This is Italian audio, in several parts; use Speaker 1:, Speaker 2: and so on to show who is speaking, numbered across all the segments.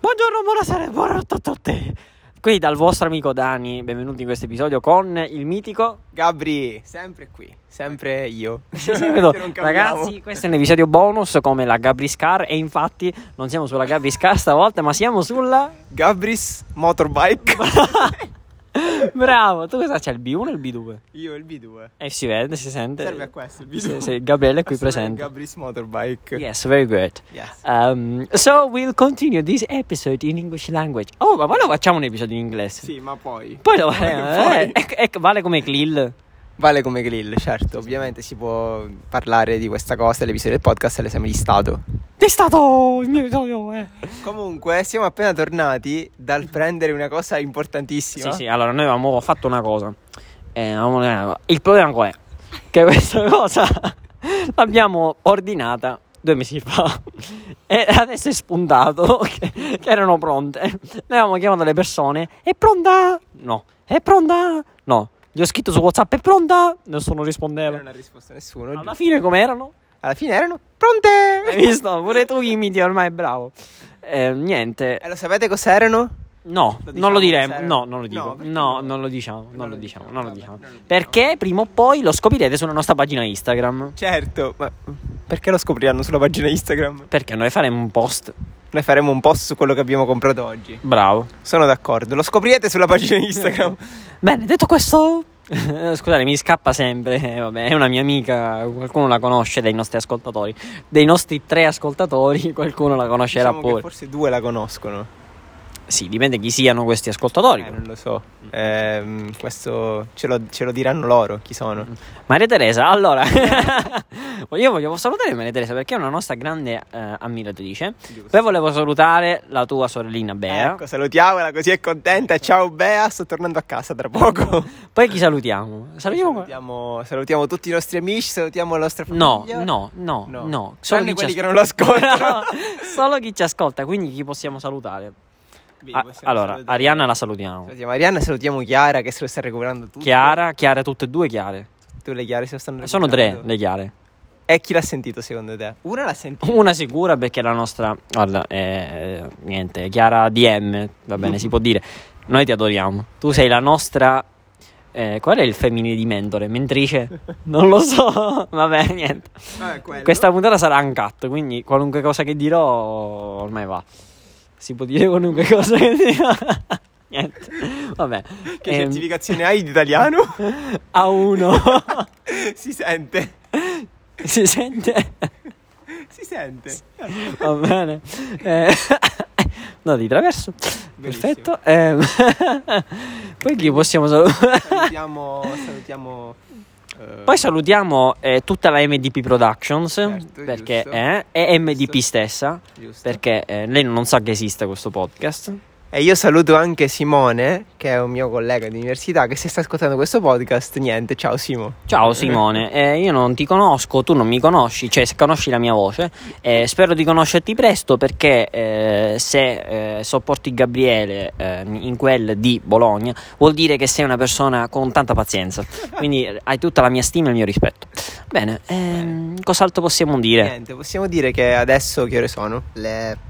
Speaker 1: Buongiorno, buonasera, buonanotte a tutti. Qui dal vostro amico Dani, benvenuti in questo episodio con il mitico.
Speaker 2: Gabri, sempre qui, sempre io. Non cambiamo.
Speaker 1: Ragazzi, questo è un episodio bonus come la Gabriscar e infatti non siamo sulla Gabriscar stavolta, ma siamo sulla
Speaker 2: Gabris Motorbike.
Speaker 1: Bravo, tu cosa c'hai il B1 e il B2?
Speaker 2: io il B2.
Speaker 1: Eh si vede, si sente.
Speaker 2: Serve a questo il B2.
Speaker 1: Sì, sì, Gabriele è qui
Speaker 2: A suonare
Speaker 1: presente.
Speaker 2: Gabris Motorbike.
Speaker 1: Yes, very good.
Speaker 2: Yes.
Speaker 1: Um, so we'll continue this episode in English language. Oh, ma poi lo facciamo un episodio in inglese.
Speaker 2: Sì, ma poi.
Speaker 1: Poi lo eh,
Speaker 2: Poi.
Speaker 1: ecco- ecco, vale come Clill.
Speaker 2: Vale come grill, certo. Ovviamente si può parlare di questa cosa, l'episodio del podcast e l'esame di Stato.
Speaker 1: È stato il mio episodio, eh.
Speaker 2: Comunque, siamo appena tornati dal prendere una cosa importantissima.
Speaker 1: Sì, sì, allora noi avevamo fatto una cosa. Eh, avevamo- il problema qual è? Che questa cosa l'abbiamo ordinata due mesi fa e adesso è spuntato che, che erano pronte. Noi avevamo chiamato le persone, è pronta? No, è pronta? No. Gli ho scritto su WhatsApp, è pronta? Nessuno rispondeva.
Speaker 2: Non ha risposto nessuno.
Speaker 1: Alla fine com'erano?
Speaker 2: Alla fine erano pronte.
Speaker 1: Hai visto? Pure tu imiti, ormai è bravo. Eh, niente,
Speaker 2: E lo sapete cos'erano?
Speaker 1: No,
Speaker 2: Lo diciamo
Speaker 1: non lo diremo.
Speaker 2: cos'era?
Speaker 1: No, non lo
Speaker 2: No,
Speaker 1: dico.
Speaker 2: perché
Speaker 1: No,
Speaker 2: no?
Speaker 1: non lo diciamo. Non lo diciamo. Non lo
Speaker 2: vabbè,
Speaker 1: diciamo.
Speaker 2: non lo diciamo.
Speaker 1: Perché prima o poi lo scoprirete sulla nostra pagina Instagram.
Speaker 2: Certo, ma perché lo scopriranno sulla pagina Instagram?
Speaker 1: Perché noi faremo un post.
Speaker 2: Noi faremo un post su quello che abbiamo comprato oggi.
Speaker 1: Bravo.
Speaker 2: Sono d'accordo, lo scoprirete sulla pagina Instagram.
Speaker 1: Bene, detto questo. Scusate, mi scappa sempre. eh, vabbè, è una mia amica. Qualcuno la conosce dai nostri ascoltatori. Dei nostri tre ascoltatori, qualcuno la conoscerà
Speaker 2: Diciamo che
Speaker 1: pure.
Speaker 2: forse due la conoscono.
Speaker 1: Sì, dipende chi siano questi ascoltatori.
Speaker 2: Eh, non lo so. Ehm, questo ce lo, ce lo diranno loro chi sono.
Speaker 1: Mm. Maria Teresa, allora, io voglio salutare Maria Teresa perché è una nostra grande eh, ammiratrice. Poi volevo salutare la tua sorellina Bea.
Speaker 2: Ecco, salutiamola così è contenta. Ciao Bea, sto tornando a casa tra poco.
Speaker 1: Poi chi salutiamo? Salutiamo.
Speaker 2: Salutiamo, salutiamo tutti i nostri amici, salutiamo la nostra
Speaker 1: No,
Speaker 2: famiglia.
Speaker 1: no, no, no.
Speaker 2: No.
Speaker 1: Solo
Speaker 2: Tranne
Speaker 1: chi ci
Speaker 2: quelli
Speaker 1: as-
Speaker 2: che non lo ascoltano.
Speaker 1: No, solo chi ci ascolta, quindi chi possiamo salutare?
Speaker 2: Quindi
Speaker 1: Ah,
Speaker 2: possiamo
Speaker 1: allora,
Speaker 2: salutare-
Speaker 1: Arianna la salutiamo.
Speaker 2: Salutiamo Arianna, salutiamo Chiara che se lo sta recuperando tutto.
Speaker 1: Chiara, Chiara, tutte e due Chiare.
Speaker 2: Tu le Chiare se lo stanno
Speaker 1: Sono tre
Speaker 2: recuperando.
Speaker 1: le Chiare.
Speaker 2: E chi l'ha sentito secondo te? Una l'ha sentita.
Speaker 1: Una sicura perché la nostra. Guarda, eh, niente, Chiara DM, va bene, si può dire. Noi ti adoriamo. Tu sei la nostra. eh, qual è il femminile di mentore? Mentrice? Non lo so. Vabbè, niente.
Speaker 2: Ah,
Speaker 1: Questa puntata sarà uncut, quindi qualunque cosa che dirò ormai va. Si può dire qualunque cosa che dirò. niente. Vabbè.
Speaker 2: Che
Speaker 1: Ehm,
Speaker 2: certificazione hai di italiano?
Speaker 1: A1.
Speaker 2: si sente.
Speaker 1: si sente?
Speaker 2: Si sente. Ah,
Speaker 1: Va bene. Eh, no, di traverso.
Speaker 2: Benissimo.
Speaker 1: Perfetto. Ehm, poi chi possiamo salutare?
Speaker 2: Salutiamo. salutiamo eh,
Speaker 1: Poi salutiamo eh, tutta la MDP Productions
Speaker 2: Certo,
Speaker 1: perché
Speaker 2: giusto.
Speaker 1: eh, e MDP
Speaker 2: Giusto.
Speaker 1: stessa
Speaker 2: giusto.
Speaker 1: perché eh, lei non sa che esista questo podcast.
Speaker 2: E io saluto anche Simone, che è un mio collega di università, che se sta ascoltando questo podcast, niente, ciao Simo.
Speaker 1: Ciao Simone, eh, io non ti conosco, tu non mi conosci, cioè se conosci la mia voce, eh, spero di conoscerti presto perché eh, se eh, sopporti Gabriele eh, in quel di Bologna vuol dire che sei una persona con tanta pazienza, quindi eh, hai tutta la mia stima e il mio rispetto. Bene, ehm, cos'altro possiamo dire?
Speaker 2: Niente, possiamo dire che adesso che ore sono? Le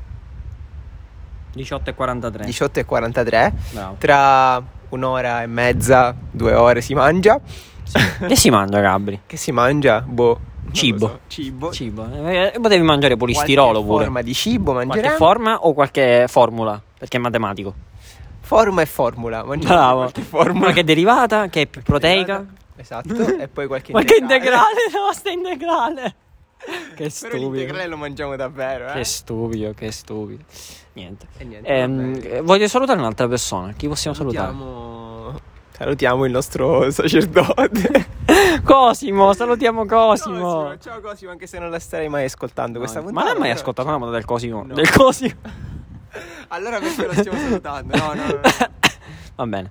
Speaker 1: 18.43,
Speaker 2: 18.43.
Speaker 1: Eh. bravo.
Speaker 2: Tra un'ora e mezza, due ore si mangia.
Speaker 1: Che Eh, si mangia Gabri?
Speaker 2: Che si mangia? Boh. non lo
Speaker 1: Cibo.
Speaker 2: so. Cibo.
Speaker 1: Cibo, eh, potevi mangiare polistirolo
Speaker 2: Oh. Qualche
Speaker 1: pure.
Speaker 2: forma di cibo
Speaker 1: Qualche
Speaker 2: mangeremo.
Speaker 1: forma o qualche formula? Perché è matematico.
Speaker 2: forma e formula. Mangeremo
Speaker 1: Bravo.
Speaker 2: Qualche formula.
Speaker 1: Una che è derivata, che è più proteica.
Speaker 2: Esatto. E poi qualche
Speaker 1: Ma che integrale? No, sta integrale. Che
Speaker 2: Però
Speaker 1: stupido.
Speaker 2: l'integrale lo mangiamo davvero, eh.
Speaker 1: Che stupido, che stupido. Niente.
Speaker 2: E niente,
Speaker 1: Ehm,
Speaker 2: vabbè.
Speaker 1: eh, voglio salutare un'altra persona. Chi possiamo salutare?
Speaker 2: salutiamo... salutiamo il nostro sacerdote.
Speaker 1: Cosimo, salutiamo Cosimo.
Speaker 2: Ciao Cosimo, anche se non la starei mai ascoltando questa
Speaker 1: No,
Speaker 2: puntata.
Speaker 1: ma non hai mai
Speaker 2: però-
Speaker 1: ascoltato una moda del Cosimo?
Speaker 2: No.
Speaker 1: Del Cosimo.
Speaker 2: Allora perché lo stiamo salutando? No, no, no. no,
Speaker 1: Va bene.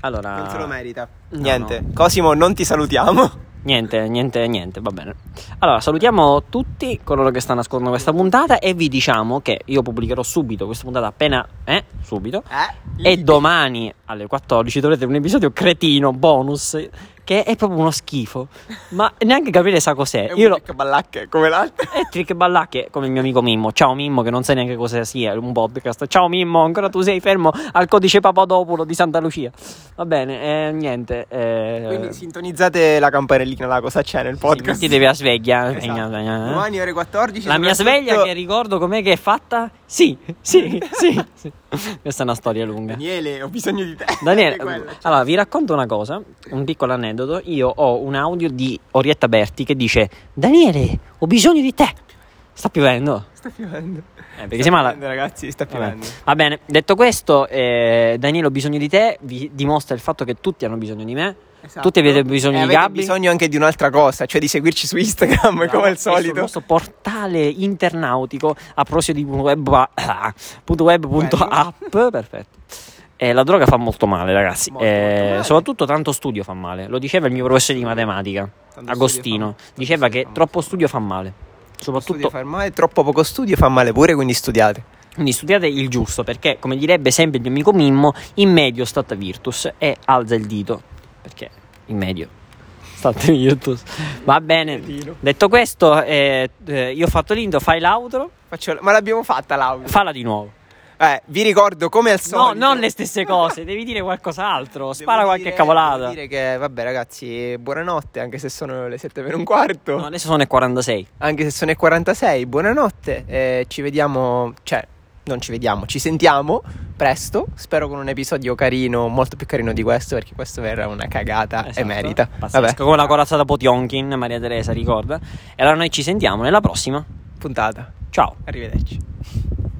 Speaker 1: Allora,
Speaker 2: no. Non se lo merita.
Speaker 1: No,
Speaker 2: Ah. niente. Cosimo, non ti salutiamo.
Speaker 1: niente, niente, niente, va bene. Allora, salutiamo tutti coloro che stanno ascoltando questa puntata e vi diciamo che io pubblicherò subito questa puntata appena... Eh, subito.
Speaker 2: Eh?
Speaker 1: E domani alle 14 troverete un episodio cretino bonus che è proprio uno schifo. Ma neanche Gabriele sa cos'è.
Speaker 2: È un
Speaker 1: Io lo...
Speaker 2: trick ballacche come l'altro.
Speaker 1: È Trick Ballacche, come il mio amico Mimmo. Ciao Mimmo, che non sai neanche cosa sia un podcast. Ciao Mimmo, ancora tu sei fermo al codice Papadopolo di Santa Lucia. Va bene, eh, niente. Eh,
Speaker 2: Quindi sintonizzate la campanellina là, cosa c'è nel podcast.
Speaker 1: Ti devi la sveglia.
Speaker 2: Esatto.
Speaker 1: Gna, gna, gna.
Speaker 2: Domani ore 14.
Speaker 1: eh. La mia
Speaker 2: soprattutto-
Speaker 1: sveglia che ricordo com'è che è fatta? Sì, sì, sì. sì. Questa è una storia lunga.
Speaker 2: Daniele, ho bisogno di te.
Speaker 1: Daniele,
Speaker 2: È quella, cioè.
Speaker 1: allora vi racconto una cosa, un piccolo aneddoto. Io ho un audio di Orietta Berti che dice: Daniele, ho bisogno di te. Sta piovendo.
Speaker 2: Sta piovendo.
Speaker 1: Eh, perché siamo alla-
Speaker 2: piovendo, ragazzi, sta piovendo.
Speaker 1: Va bene, detto questo, eh, Daniele, ho bisogno di te. Vi dimostra il fatto che tutti hanno bisogno di me.
Speaker 2: Esatto.
Speaker 1: Tutti avete bisogno
Speaker 2: E
Speaker 1: di
Speaker 2: avete
Speaker 1: Gabri.
Speaker 2: bisogno anche di un'altra cosa, cioè di seguirci su Instagram come al
Speaker 1: E sul
Speaker 2: solito.
Speaker 1: nostro portale internautico a prosio.web.web.app. Perfetto. Eh, la droga fa molto male, ragazzi.
Speaker 2: Molto,
Speaker 1: Eh,
Speaker 2: molto male.
Speaker 1: Soprattutto tanto studio fa male. Lo diceva il mio professore di matematica,
Speaker 2: Tanto studio
Speaker 1: Agostino.
Speaker 2: fa- tanto
Speaker 1: diceva
Speaker 2: studio
Speaker 1: che
Speaker 2: fa-
Speaker 1: troppo studio fa male.
Speaker 2: studio
Speaker 1: Soprattutto,
Speaker 2: fa male, troppo poco studio fa male pure, quindi studiate.
Speaker 1: quindi studiate il giusto perché, come direbbe sempre il mio amico Mimmo, in medio stata virtus e alza il dito perché in medio stata virtus. Va bene. Detto questo, eh, eh, io ho fatto l'intro, fai l'outro.
Speaker 2: Faccio- Ma l'abbiamo fatta l'audio.
Speaker 1: Fala di nuovo.
Speaker 2: Eh, vi ricordo come al
Speaker 1: No,
Speaker 2: solito.
Speaker 1: non le stesse cose, devi dire qualcos'altro. Spara
Speaker 2: Devo
Speaker 1: qualche
Speaker 2: dire-
Speaker 1: cavolata.
Speaker 2: devo dire che, vabbè, ragazzi, buonanotte, anche se sono le 7 per un quarto.
Speaker 1: No, adesso sono i 46.
Speaker 2: Anche se sono le 46, buonanotte. eh, ci vediamo, cioè, non ci vediamo, ci sentiamo presto. Spero con un episodio carino, molto più carino di questo, perché questo verrà una cagata
Speaker 1: Esatto.
Speaker 2: e Ah, merita.
Speaker 1: Pazzesco, come la corazzata Potionkin, Maria Teresa ricorda. E allora noi ci sentiamo nella prossima.
Speaker 2: Puntata.
Speaker 1: Ciao.
Speaker 2: Arrivederci.